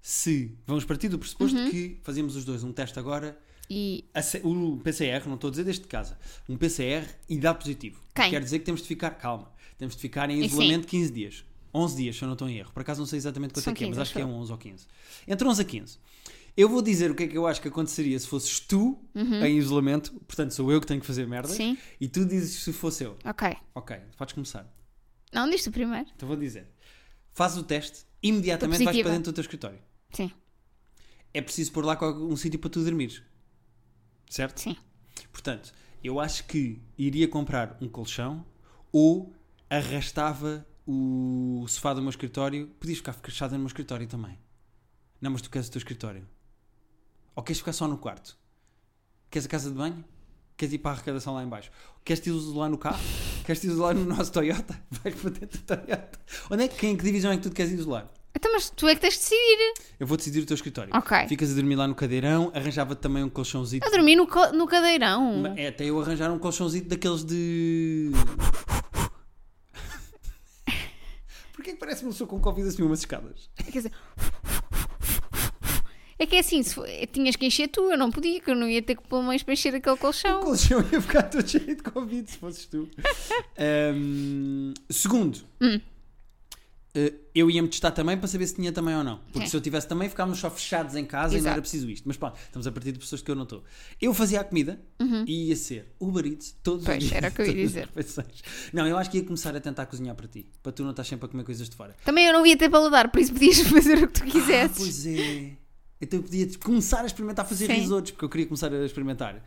Speaker 2: se vamos partir do pressuposto
Speaker 1: Uhum.
Speaker 2: que fazemos os dois um teste agora.
Speaker 1: E
Speaker 2: a se- O PCR, não estou a dizer deste caso, um PCR e dá positivo.
Speaker 1: Quem?
Speaker 2: Quer dizer que temos de ficar calma. Temos de ficar em
Speaker 1: sim.
Speaker 2: isolamento 15 dias. 11 dias, se eu não estou em erro. Por acaso não sei exatamente quanto
Speaker 1: São
Speaker 2: é que é, mas
Speaker 1: 15,
Speaker 2: acho que é
Speaker 1: acho
Speaker 2: 11 ou 15. Entre 11 a 15. Eu vou dizer o que é que eu acho que aconteceria se fosses tu em isolamento. Portanto, sou eu que tenho que fazer merda.
Speaker 1: Uhum. Sim.
Speaker 2: E tu dizes se fosse eu.
Speaker 1: ok.
Speaker 2: Ok, podes começar.
Speaker 1: Não, diz-te o primeiro.
Speaker 2: Então vou dizer. Fazes o teste, imediatamente
Speaker 1: Estou
Speaker 2: vais
Speaker 1: positiva.
Speaker 2: para dentro do teu escritório.
Speaker 1: Sim,
Speaker 2: É preciso pôr lá qual- um sítio para tu dormires. Certo?
Speaker 1: sim.
Speaker 2: Portanto, eu acho que iria comprar um colchão ou arrastava o sofá do meu escritório. Podias ficar fechado no meu escritório também. Não, mas tu queres o teu escritório. Ou queres ficar só no quarto? Queres a casa de banho? Queres ir para a arrecadação lá em baixo? Queres te isolar no carro? Queres te isolar no nosso Toyota? *laughs* Vais para dentro do Toyota. Onde é que, em que divisão é que tu te queres isolar?
Speaker 1: Então, mas tu é que tens de decidir.
Speaker 2: Eu vou decidir o teu escritório.
Speaker 1: Ok.
Speaker 2: Ficas a dormir lá no cadeirão, arranjava também um colchãozinho.
Speaker 1: Eu dormi no, co- no cadeirão.
Speaker 2: Ma- É, até eu arranjar um colchãozinho daqueles de. *laughs* Porquê é que parece-me um soco com Covid a subir umas escadas?
Speaker 1: Quer dizer, assim, É que é assim, se fo- tinhas que encher tu, eu não podia, que eu não ia ter que pulmões para encher aquele
Speaker 2: O
Speaker 1: colchão.
Speaker 2: colchão ia *laughs* ficar todo cheio de Covid se fosses tu. Ahm, segundo,
Speaker 1: Hum.
Speaker 2: eh, eu ia-me testar também para saber se tinha também ou não. Porque
Speaker 1: Sim.
Speaker 2: se eu tivesse também, ficávamos só fechados em casa e não
Speaker 1: É. Exato.
Speaker 2: era preciso isto. Mas pronto, estamos a partir de pessoas que eu não estou. Eu fazia a comida e ia ser Uber Eats todos
Speaker 1: Uhum. Pois,
Speaker 2: os dias.
Speaker 1: era o que eu ia
Speaker 2: todas as
Speaker 1: dizer.
Speaker 2: refeições. Não, eu acho que ia começar a tentar cozinhar para ti. Para tu não estás sempre a comer coisas de fora.
Speaker 1: Também eu não ia ter paladar, por isso podias *laughs* fazer o que tu quisesses.
Speaker 2: Ah, Pois é. Então eu podia começar a experimentar fazer
Speaker 1: Sim.
Speaker 2: risotos, porque eu queria começar a experimentar.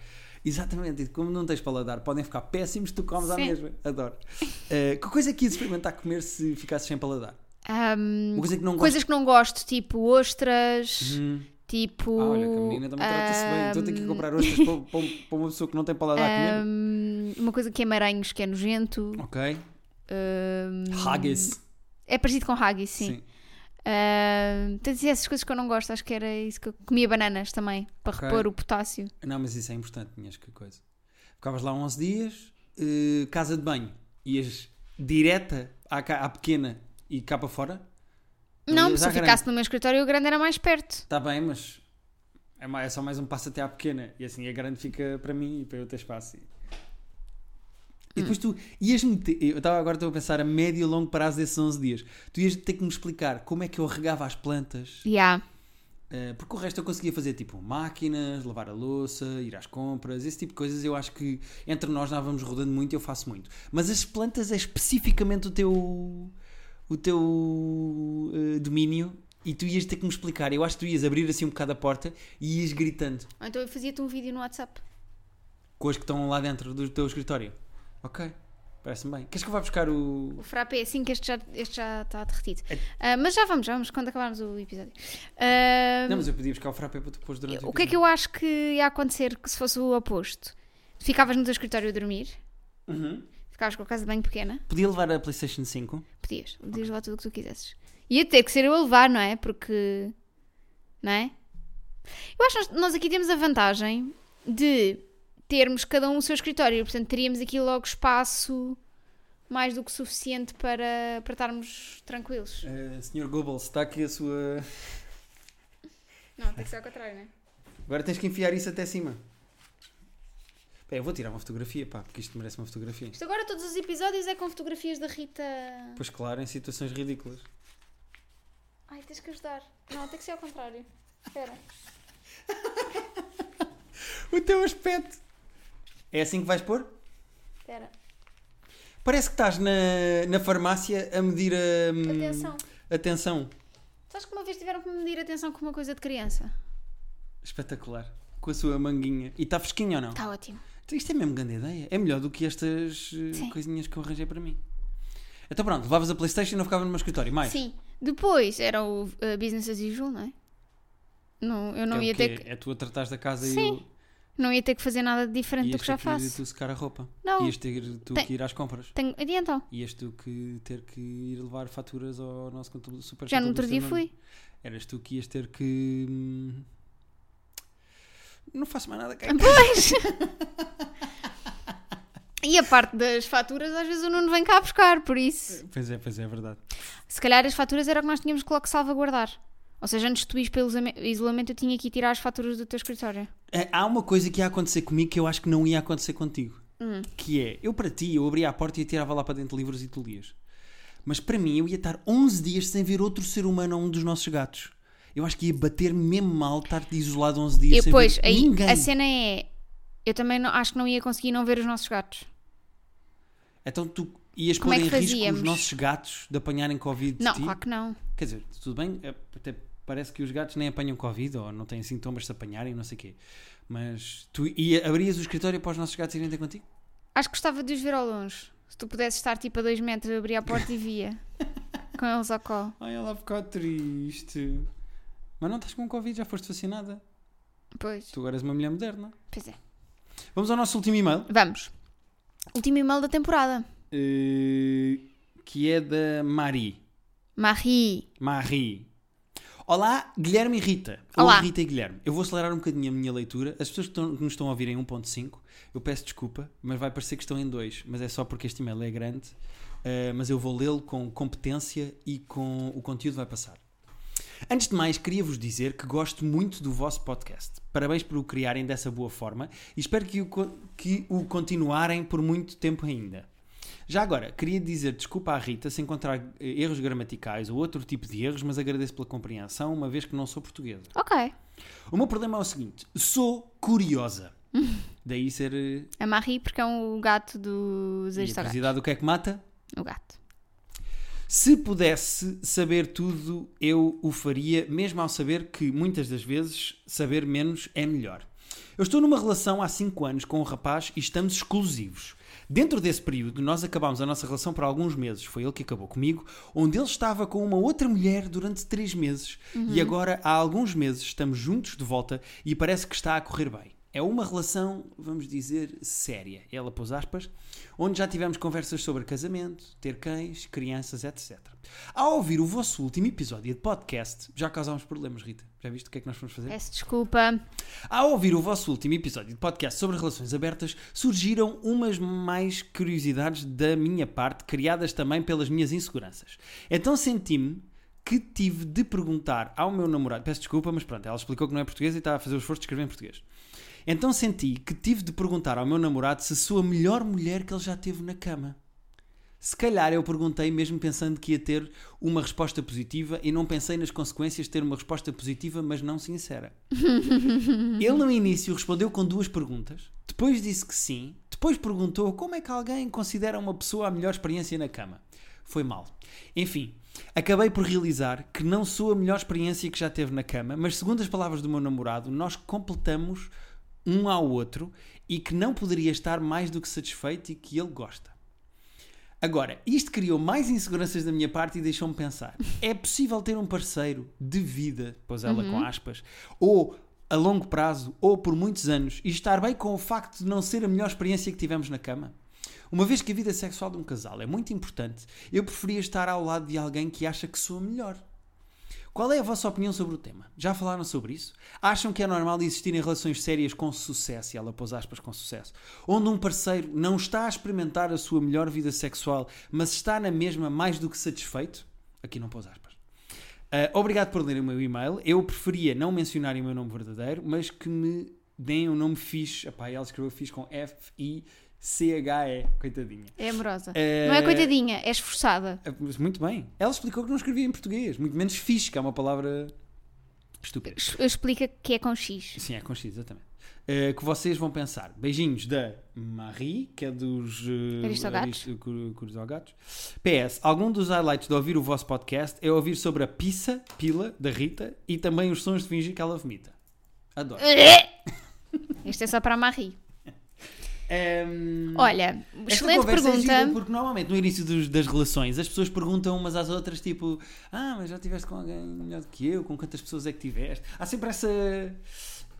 Speaker 2: Exatamente, e como não tens paladar, podem ficar péssimos, tu comes à
Speaker 1: Sim.
Speaker 2: mesma. Adoro. Eh, que coisa é que ia experimentar comer se ficasse sem paladar?
Speaker 1: Ahm,
Speaker 2: Uma coisa que não
Speaker 1: coisas que não gosto, tipo ostras, tipo.
Speaker 2: gosto. Hum. Ah, olha, que a menina também trata-se bem. Então tenho que comprar ostras para, para- para uma pessoa que não tem paladar a comer.
Speaker 1: ahm, uma coisa que é maranhos, que é nojento.
Speaker 2: Ok.
Speaker 1: ahm,
Speaker 2: Haggis.
Speaker 1: é parecido com haggis, sim. Ahm, Portanto, isso é essas coisas que eu não gosto, acho que era isso que eu comia bananas também, para
Speaker 2: Ok.
Speaker 1: repor o potássio.
Speaker 2: Não, mas isso é importante, tinhas que coisa. Ficavas lá 11 dias, eh, casa de banho, ias direta à, ca- à pequena e cá para fora.
Speaker 1: Não,
Speaker 2: ias
Speaker 1: se
Speaker 2: à
Speaker 1: eu
Speaker 2: grande.
Speaker 1: ficasse no meu escritório, o grande era mais perto.
Speaker 2: Está Tá bem, mas é, ma- é só mais um passo até à pequena. E assim a grande fica para mim e para eu ter espaço. E, e depois tu ias meter. Eu estava agora estou a pensar a médio e longo prazo desses 11 dias. Tu ias ter que me explicar como é que eu regava as plantas.
Speaker 1: Yeah.
Speaker 2: eh, porque o resto eu conseguia fazer tipo máquinas, lavar a louça, ir às compras, esse tipo de coisas. Eu acho que entre nós nós vamos rodando muito e eu faço muito. Mas as plantas é especificamente o teu. o teu. eh, domínio e tu ias ter que me explicar. Eu acho que tu ias abrir assim um bocado a porta e ias gritando
Speaker 1: Ou então eu fazia-te um vídeo no WhatsApp.
Speaker 2: com as que estão lá dentro do teu escritório. Ok, parece-me bem. Queres que eu vá buscar o.
Speaker 1: O frappé, assim que este já, este já está derretido.
Speaker 2: É.
Speaker 1: Ah, mas já vamos, já vamos, quando acabarmos o episódio. Ah,
Speaker 2: Não, mas eu podia buscar o frappé para depois durante
Speaker 1: o que é que eu acho que ia acontecer que se fosse o oposto? Ficavas no teu escritório a dormir,
Speaker 2: Uhum.
Speaker 1: ficavas com a casa de banho pequena,
Speaker 2: Podia levar a PlayStation 5?
Speaker 1: podias, podias levar tudo o que tu quisesses. Ia ter que ser eu a levar, não é? Porque. Não é? Eu acho que nós, nós aqui temos a vantagem de termos cada um o seu escritório, portanto teríamos aqui logo espaço mais do que suficiente para, para estarmos tranquilos.
Speaker 2: Eh, Sr. Goebbels, está aqui a sua.
Speaker 1: Não, tem que ser ao contrário, não é?
Speaker 2: Agora tens que enfiar isso até cima. Bem, eu vou tirar uma fotografia, pá, porque isto merece uma fotografia.
Speaker 1: Isto agora todos os episódios é com fotografias da Rita.
Speaker 2: Pois claro, em situações ridículas.
Speaker 1: Ai, tens que ajudar. Não, tem que ser ao contrário. Espera.
Speaker 2: O teu aspecto! É assim que vais pôr?
Speaker 1: Espera.
Speaker 2: Parece que estás na, na farmácia a medir a. hum,
Speaker 1: Atenção.
Speaker 2: a tensão.
Speaker 1: Sabes que uma vez tiveram que me medir atenção com uma coisa de criança?
Speaker 2: Espetacular. com a sua manguinha. E está fresquinho ou não?
Speaker 1: Está ótimo.
Speaker 2: Então isto é mesmo grande ideia. É melhor do que estas eh,
Speaker 1: Sim.
Speaker 2: coisinhas que eu arranjei para mim. Então pronto, levavas a Playstation e não ficava no meu escritório. Mais.
Speaker 1: Sim. Depois era o uh, business as usual, não é? Não, eu não
Speaker 2: é o
Speaker 1: ia
Speaker 2: quê?
Speaker 1: ter que,
Speaker 2: É tu a tratares da casa e
Speaker 1: Sim,
Speaker 2: eu...
Speaker 1: não ia ter que fazer nada de diferente
Speaker 2: Ias
Speaker 1: do que já
Speaker 2: ter ir
Speaker 1: faço.
Speaker 2: tu é secar a roupa.
Speaker 1: Não.
Speaker 2: Ias ter tu
Speaker 1: Tem-
Speaker 2: que ir às compras.
Speaker 1: Tenho... E então?
Speaker 2: Ias tu que ter que ir levar faturas ao nosso contabil- super
Speaker 1: Já no outro dia
Speaker 2: contabilista Nuno.
Speaker 1: fui. *laughs*
Speaker 2: Eras tu que ias ter que... hum, Não faço mais
Speaker 1: *laughs*
Speaker 2: nada. cara.
Speaker 1: Pois! e a parte das faturas, às vezes o Nuno vem cá buscar, por isso.
Speaker 2: Pois é, pois é, é verdade.
Speaker 1: Se calhar as faturas era o que nós tínhamos que salvaguardar. Ou seja, antes de tu ires pelo isame- isolamento, eu tinha que ir tirar as faturas do teu escritório.
Speaker 2: É, Há uma coisa que ia acontecer comigo que eu acho que não ia acontecer contigo.
Speaker 1: Hum.
Speaker 2: Que é, eu para ti, eu abria a porta e eu tirava lá para dentro livros e tu lias. Mas para mim, eu ia estar 11 dias sem ver outro ser humano a um dos nossos gatos. Eu acho que ia bater mesmo mal estar isolado 11 dias
Speaker 1: E
Speaker 2: sem
Speaker 1: depois,
Speaker 2: ver
Speaker 1: aí,
Speaker 2: ninguém.
Speaker 1: a cena é. Eu também não- acho que não ia conseguir não ver os nossos gatos.
Speaker 2: Então tu ias
Speaker 1: Como
Speaker 2: pôr
Speaker 1: é
Speaker 2: em
Speaker 1: que
Speaker 2: risco os
Speaker 1: fazíamos?
Speaker 2: nossos gatos de apanharem Covid de
Speaker 1: Não,
Speaker 2: ti?
Speaker 1: claro que não.
Speaker 2: Quer dizer, tudo bem, é, até parece que os gatos nem apanham Covid ou não têm sintomas de se apanharem, não sei o quê. Mas tu ia, abrias o escritório para os nossos gatos irem ter contigo?
Speaker 1: Acho que gostava de os ver ao longe. Se tu pudesses estar tipo a dois metros, eu abria a porta e via. Com eles ao colo.
Speaker 2: Ai, ela ficou triste. Mas não estás com Covid, já foste vacinada.
Speaker 1: Pois,
Speaker 2: Tu agora és uma mulher moderna.
Speaker 1: pois é.
Speaker 2: Vamos ao nosso último e-mail,
Speaker 1: Vamos. Último e-mail da temporada.
Speaker 2: eh, que é da Mari.
Speaker 1: Marie.
Speaker 2: Marie. Olá, Guilherme e Rita. Ou
Speaker 1: Olá.
Speaker 2: Rita e Guilherme. Eu vou acelerar um bocadinho a minha leitura. As pessoas que, estão- que nos estão a ouvir em 1.5, eu peço desculpa, mas vai parecer que estão em 2. Mas é só porque este e-mail é grande. Eh, mas eu vou lê-lo com competência e com o conteúdo vai passar. Antes de mais, queria vos dizer que gosto muito do vosso podcast. Parabéns por o criarem dessa boa forma e espero que o, co- que o continuarem por muito tempo ainda. Já agora, queria dizer desculpa à Rita se encontrar eh, erros gramaticais ou outro tipo de erros, mas agradeço pela compreensão, uma vez que não sou portuguesa.
Speaker 1: Ok.
Speaker 2: O meu problema é o seguinte: sou curiosa. Daí ser eh,
Speaker 1: A Marie, porque é um gato dos
Speaker 2: e a
Speaker 1: Aristogatos.
Speaker 2: curiosidade o que é que mata.
Speaker 1: O gato.
Speaker 2: Se pudesse saber tudo, eu o faria, mesmo ao saber que muitas das vezes saber menos é melhor. Eu estou numa relação há 5 anos com um rapaz e estamos exclusivos. Dentro desse período, nós acabámos a nossa relação por alguns meses. Foi ele que acabou comigo, onde ele estava com uma outra mulher durante 3 meses e agora há alguns meses estamos juntos de volta e parece que está a correr bem. É uma relação, vamos dizer, séria. Ela pôs aspas, onde já tivemos conversas sobre casamento, ter cães, crianças, etc. Ao ouvir o vosso último episódio de podcast, já causámos problemas, Rita. Já viste o que é que nós fomos fazer?
Speaker 1: Peço desculpa.
Speaker 2: Ao ouvir o vosso último episódio de podcast sobre relações abertas, surgiram umas mais curiosidades da minha parte, criadas também pelas minhas inseguranças. Então senti-me que tive de perguntar ao meu namorado. Peço desculpa, mas pronto, ela explicou que não é português e está a fazer o esforço de escrever em português. Então senti que tive de perguntar ao meu namorado se sou a melhor mulher que ele já teve na cama. Se calhar eu perguntei mesmo pensando que ia ter uma resposta positiva e não pensei nas consequências de ter uma resposta positiva, mas não sincera. Ele no início respondeu com duas perguntas, depois disse que sim, depois perguntou como é que alguém considera uma pessoa a melhor experiência na cama. Foi mal. Enfim, acabei por realizar que não sou a melhor experiência que já teve na cama, mas segundo as palavras do meu namorado, nós completamos um ao outro e que não poderia estar mais do que satisfeito e que ele gosta. Agora, isto criou mais inseguranças da minha parte e deixou-me pensar: é possível ter um parceiro de vida, pôs ela com aspas, ou a longo prazo, ou por muitos anos, e estar bem com o facto de não ser a melhor experiência que tivemos na cama? Uma vez que a vida sexual de um casal é muito importante, eu preferia estar ao lado de alguém que acha que sou a melhor. Qual é a vossa opinião sobre o tema? Já falaram sobre isso? Acham que é normal existirem relações sérias com sucesso, e ela pôs aspas com sucesso, onde um parceiro não está a experimentar a sua melhor vida sexual, mas está na mesma mais do que satisfeito? Aqui não pôs aspas. Ah, obrigado por lerem o meu e-mail. Eu preferia não mencionarem o meu nome verdadeiro, mas que me deem um nome fixe. Epá, ela escreveu fixe com F-I-C-H-E. Coitadinha.
Speaker 1: É amorosa.
Speaker 2: É-
Speaker 1: Não é coitadinha, é esforçada.
Speaker 2: Ah, mas Muito bem. Ela explicou que não escrevia em português, muito menos fixe, que é uma palavra estúpida.
Speaker 1: Es- Explica que é com X.
Speaker 2: Sim, é com X, exatamente. Eh, que vocês vão pensar. Beijinhos da Marie, que é dos eh,
Speaker 1: Aristogatos.
Speaker 2: aris- cur- Curisogatos. PS, algum dos highlights de ouvir o vosso podcast é ouvir sobre a
Speaker 1: Eh,
Speaker 2: pizza, pila, da Rita e também os sons de fingir que ela vomita. Adoro.
Speaker 1: Este é só para a Marie.
Speaker 2: Ahm,
Speaker 1: Olha,
Speaker 2: Hum. esta
Speaker 1: excelente
Speaker 2: conversa é
Speaker 1: pergunta.
Speaker 2: gira, porque normalmente no início dos- das relações as pessoas perguntam umas às outras, tipo, ah, mas já estiveste com alguém melhor do que eu? Com quantas pessoas é que tiveste? Há sempre essa.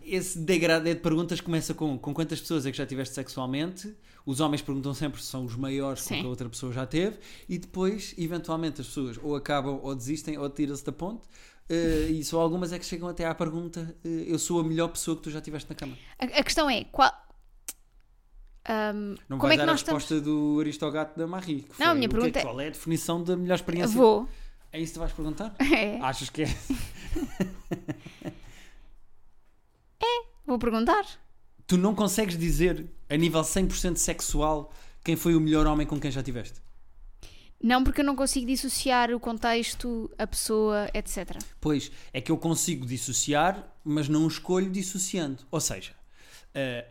Speaker 2: Esse degradê de perguntas que começa com com quantas pessoas é que já tiveste sexualmente. Os homens perguntam sempre se são os maiores com
Speaker 1: Sim.
Speaker 2: que a outra pessoa já teve. E depois, eventualmente, as pessoas ou acabam ou desistem ou tiram-se da ponte. eh, e só algumas é que chegam até à pergunta: eh, eu sou a melhor pessoa que tu já tiveste na cama.
Speaker 1: A, a questão é, qual... Ahm,
Speaker 2: Não
Speaker 1: como é
Speaker 2: vai
Speaker 1: que
Speaker 2: dar a
Speaker 1: nós estamos...
Speaker 2: resposta do Aristogato da Marie. Que foi,
Speaker 1: Não, a minha
Speaker 2: o que é-
Speaker 1: pergunta é-
Speaker 2: Qual é a definição da melhor experiência?
Speaker 1: Vou. *laughs*
Speaker 2: É isso que vais perguntar?
Speaker 1: É,
Speaker 2: Achas que é?
Speaker 1: vou perguntar.
Speaker 2: Tu não consegues dizer, a nível 100% sexual, quem foi o melhor homem com quem já tiveste?
Speaker 1: Não porque eu não consigo dissociar o contexto, a pessoa, etc.
Speaker 2: Pois, é que eu consigo dissociar, mas não escolho dissociando. Ou seja, eh,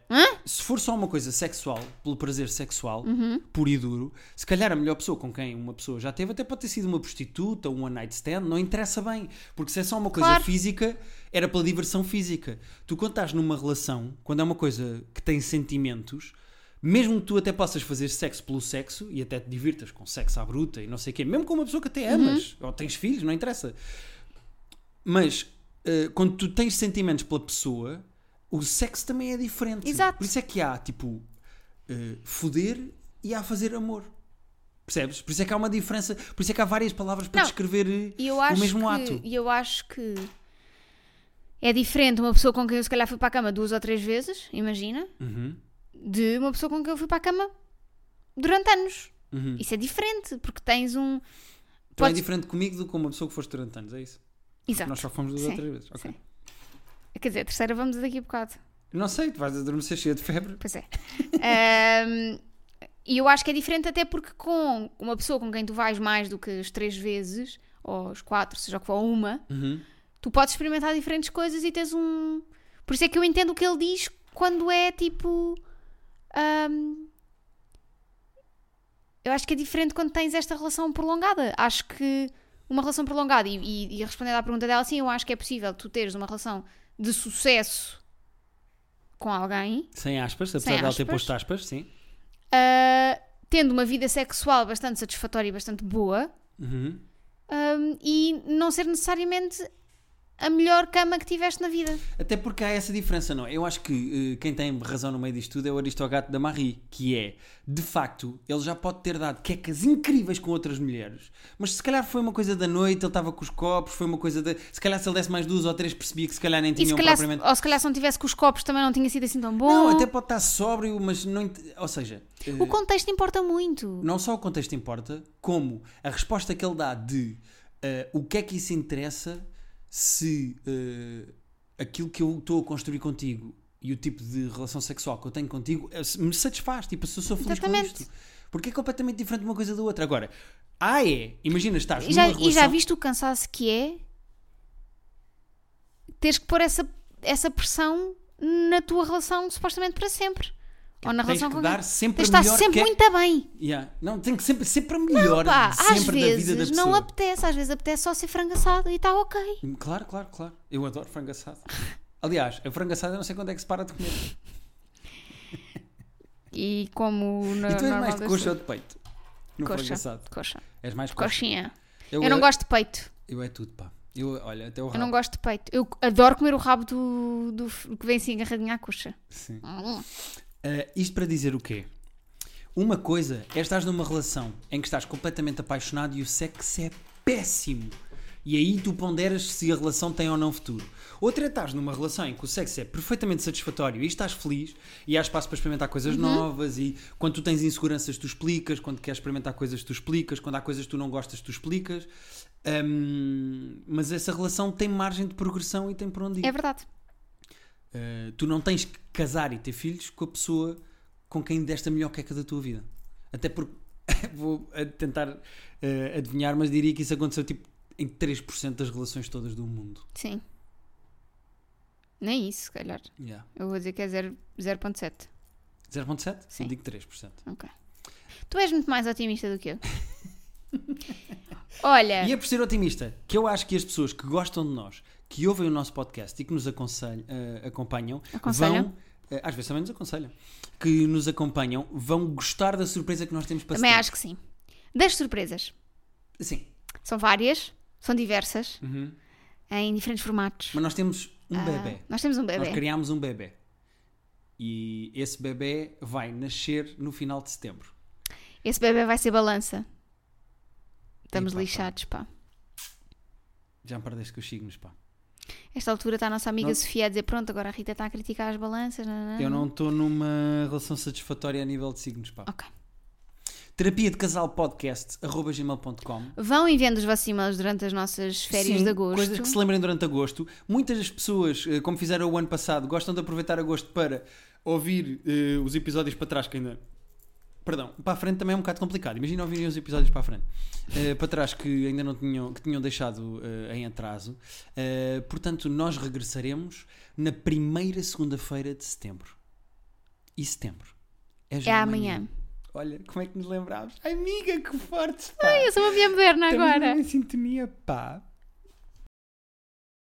Speaker 2: se for só uma coisa sexual, pelo prazer sexual, puro e duro, se calhar a melhor pessoa com quem uma pessoa já teve até pode ter sido uma prostituta, um one night stand, não interessa bem. Porque se é só uma coisa
Speaker 1: Claro.
Speaker 2: física, era pela diversão física. Tu quando estás numa relação, quando é uma coisa que tem sentimentos, mesmo que tu até possas fazer sexo pelo sexo e até te divirtas com sexo à bruta e não sei o quê, mesmo com uma pessoa que até amas ou tens filhos, não interessa. Mas eh, quando tu tens sentimentos pela pessoa, o sexo também é diferente.
Speaker 1: Exato.
Speaker 2: Por isso é que há, tipo, eh, foder e há fazer amor. Percebes? Por isso é que há uma diferença, por isso é que há várias palavras para
Speaker 1: Não.
Speaker 2: descrever eh,
Speaker 1: E eu acho
Speaker 2: o mesmo
Speaker 1: que,
Speaker 2: ato.
Speaker 1: E eu acho que é diferente uma pessoa com quem eu se calhar fui para a cama duas ou três vezes, imagina,
Speaker 2: Uhum.
Speaker 1: de uma pessoa com quem eu fui para a cama durante anos.
Speaker 2: Uhum.
Speaker 1: Isso é diferente, porque tens um.
Speaker 2: Tu é
Speaker 1: podes-
Speaker 2: diferente comigo do que com uma pessoa que foste durante anos, é isso?
Speaker 1: Exato.
Speaker 2: Nós só fomos duas ou
Speaker 1: Sim,
Speaker 2: três vezes. ok.
Speaker 1: sim. Quer dizer, a terceira vamos daqui a bocado.
Speaker 2: Não sei, tu vais adormecer cheia de febre.
Speaker 1: Pois é. *laughs* Ahm, E eu acho que é diferente até porque com uma pessoa com quem tu vais mais do que as três vezes, ou as quatro, seja o que for uma,
Speaker 2: Uhum.
Speaker 1: tu podes experimentar diferentes coisas e tens um. Por isso é que eu entendo o que ele diz quando é tipo. hum, Eu acho que é diferente quando tens esta relação prolongada. Acho que uma relação prolongada, e, e- e respondendo à pergunta dela, sim, eu acho que é possível tu teres uma relação de sucesso com alguém,
Speaker 2: Sem aspas, apesar
Speaker 1: Sem
Speaker 2: de ela ter
Speaker 1: aspas.
Speaker 2: posto aspas, sim.
Speaker 1: ah, tendo uma vida sexual bastante satisfatória e bastante boa,
Speaker 2: Uhum.
Speaker 1: hum, e não ser necessariamente a melhor cama que tiveste na vida.
Speaker 2: Até porque há essa diferença, não é? Eu acho que eh, quem tem razão no meio disto tudo é o aristogato da Marie, que é, de facto, ele já pode ter dado quecas incríveis com outras mulheres, mas se calhar foi uma coisa da noite, ele estava com os copos, foi uma coisa da. Se calhar se ele desse mais duas ou três, percebia que se calhar nem
Speaker 1: E
Speaker 2: tinham
Speaker 1: se calhar, se-
Speaker 2: propriamente.
Speaker 1: ou se calhar se não tivesse com os copos também não tinha sido assim tão bom.
Speaker 2: Não, até pode estar sóbrio, mas não. ent- Ou seja. eh,
Speaker 1: O contexto importa muito.
Speaker 2: não só o contexto importa, como a resposta que ele dá de eh, o que é que isso interessa se eh, aquilo que eu estou a construir contigo e o tipo de relação sexual que eu tenho contigo eh, se- me satisfaz, tipo, se eu sou feliz
Speaker 1: Exatamente.
Speaker 2: com isto. Porque é completamente diferente de uma coisa da outra. Agora, ah é, imagina estás
Speaker 1: E já,
Speaker 2: numa relação...
Speaker 1: e já viste o cansaço que é teres que pôr essa, essa pressão na tua relação supostamente para sempre. Ou na
Speaker 2: tens
Speaker 1: relação
Speaker 2: que
Speaker 1: com
Speaker 2: dar
Speaker 1: alguém.
Speaker 2: sempre
Speaker 1: Tens de
Speaker 2: a
Speaker 1: estar
Speaker 2: melhor
Speaker 1: sempre
Speaker 2: que é-
Speaker 1: muito bem.
Speaker 2: Yeah. Não, tem que sempre, sempre a melhor
Speaker 1: Pá,
Speaker 2: de
Speaker 1: às
Speaker 2: sempre da vida da
Speaker 1: vezes
Speaker 2: pessoa.
Speaker 1: não apetece, às vezes apetece só ser frangaçado e está ok.
Speaker 2: Claro, claro, claro. Eu adoro frango assado. Aliás, a frango assado eu não sei quando é que se para de comer.
Speaker 1: E como na
Speaker 2: e tu és
Speaker 1: normal
Speaker 2: mais de
Speaker 1: das-
Speaker 2: coxa ou de peito? No frango
Speaker 1: coxa,
Speaker 2: assado.
Speaker 1: coxa.
Speaker 2: És mais coxa. é
Speaker 1: Coxinha. Eu não gosto de peito.
Speaker 2: Eu é tudo, pá. Eu, olha, até o rabo.
Speaker 1: Eu não gosto de peito. Eu adoro comer o rabo do, do f- que vem assim agarradinho à coxa.
Speaker 2: Sim. Ah, isto para dizer o quê? Uma coisa é estás numa relação em que estás completamente apaixonado e o sexo é péssimo. E aí tu ponderas se a relação tem ou não futuro. Outra é estás numa relação em que o sexo é perfeitamente satisfatório e estás feliz e há espaço para experimentar coisas novas e quando tu tens inseguranças tu explicas, quando queres experimentar coisas tu explicas, quando há coisas que tu não gostas tu explicas. Ahm, mas essa relação tem margem de progressão e tem por onde ir.
Speaker 1: É verdade.
Speaker 2: Uh, tu não tens que casar e ter filhos com a pessoa com quem deste a melhor queca da tua vida. Até porque *laughs* vou uh, tentar uh, adivinhar, mas diria que isso aconteceu tipo em 3% das relações todas do mundo.
Speaker 1: Sim. Nem isso, se calhar.
Speaker 2: Yeah.
Speaker 1: Eu vou dizer que é zero- 0.7.
Speaker 2: 0.7?
Speaker 1: Sim.
Speaker 2: Digo 3%.
Speaker 1: Ok. Tu és muito mais otimista do que
Speaker 2: *laughs*
Speaker 1: eu. Olha,
Speaker 2: E é por ser otimista que eu acho que as pessoas que gostam de nós, que ouvem o nosso podcast e que nos aconselham- eh, acompanham,
Speaker 1: Aconselham.
Speaker 2: vão eh, às vezes também nos aconselham, que nos acompanham, vão gostar da surpresa que nós temos para
Speaker 1: Também
Speaker 2: setembro.
Speaker 1: acho que sim. Das surpresas.
Speaker 2: Sim,
Speaker 1: São várias, são diversas, em diferentes formatos.
Speaker 2: Uhum. mas nós temos um bebê.
Speaker 1: Nós temos um
Speaker 2: Nós
Speaker 1: bebê.
Speaker 2: criámos um bebê. E esse bebê vai nascer no final de setembro.
Speaker 1: Esse bebê vai ser balança. Estamos
Speaker 2: Epá, pá.
Speaker 1: lixados, pá.
Speaker 2: Já me perdeste com os signos, pá.
Speaker 1: Esta altura está a nossa amiga
Speaker 2: Não-
Speaker 1: Sofia a dizer: pronto, agora a Rita está a criticar as balanças. nananã."
Speaker 2: Eu não estou numa relação satisfatória a nível de signos, pá.
Speaker 1: Ok.
Speaker 2: Terapia de casal podcast, arroba gmail.com.
Speaker 1: Vão enviando os vossos e-mails durante as nossas férias
Speaker 2: Sim,
Speaker 1: de agosto.
Speaker 2: Coisas que se lembrem durante agosto. Muitas das pessoas, eh, como fizeram o ano passado, gostam de aproveitar agosto para ouvir eh, os episódios para trás que ainda. Perdão, para a frente também é um bocado complicado. Imagina ouvirem os episódios para a frente. Eh, para trás que ainda não tinham, que tinham deixado eh, em atraso. Eh, portanto, nós regressaremos na primeira segunda-feira de setembro. E setembro? já
Speaker 1: É amanhã.
Speaker 2: Olha, como é que nos lembrámos? Ai, amiga, que forte! Pá.
Speaker 1: Ai, eu sou uma mulher moderna
Speaker 2: Estamos
Speaker 1: agora.
Speaker 2: mesmo em sintonia, pá.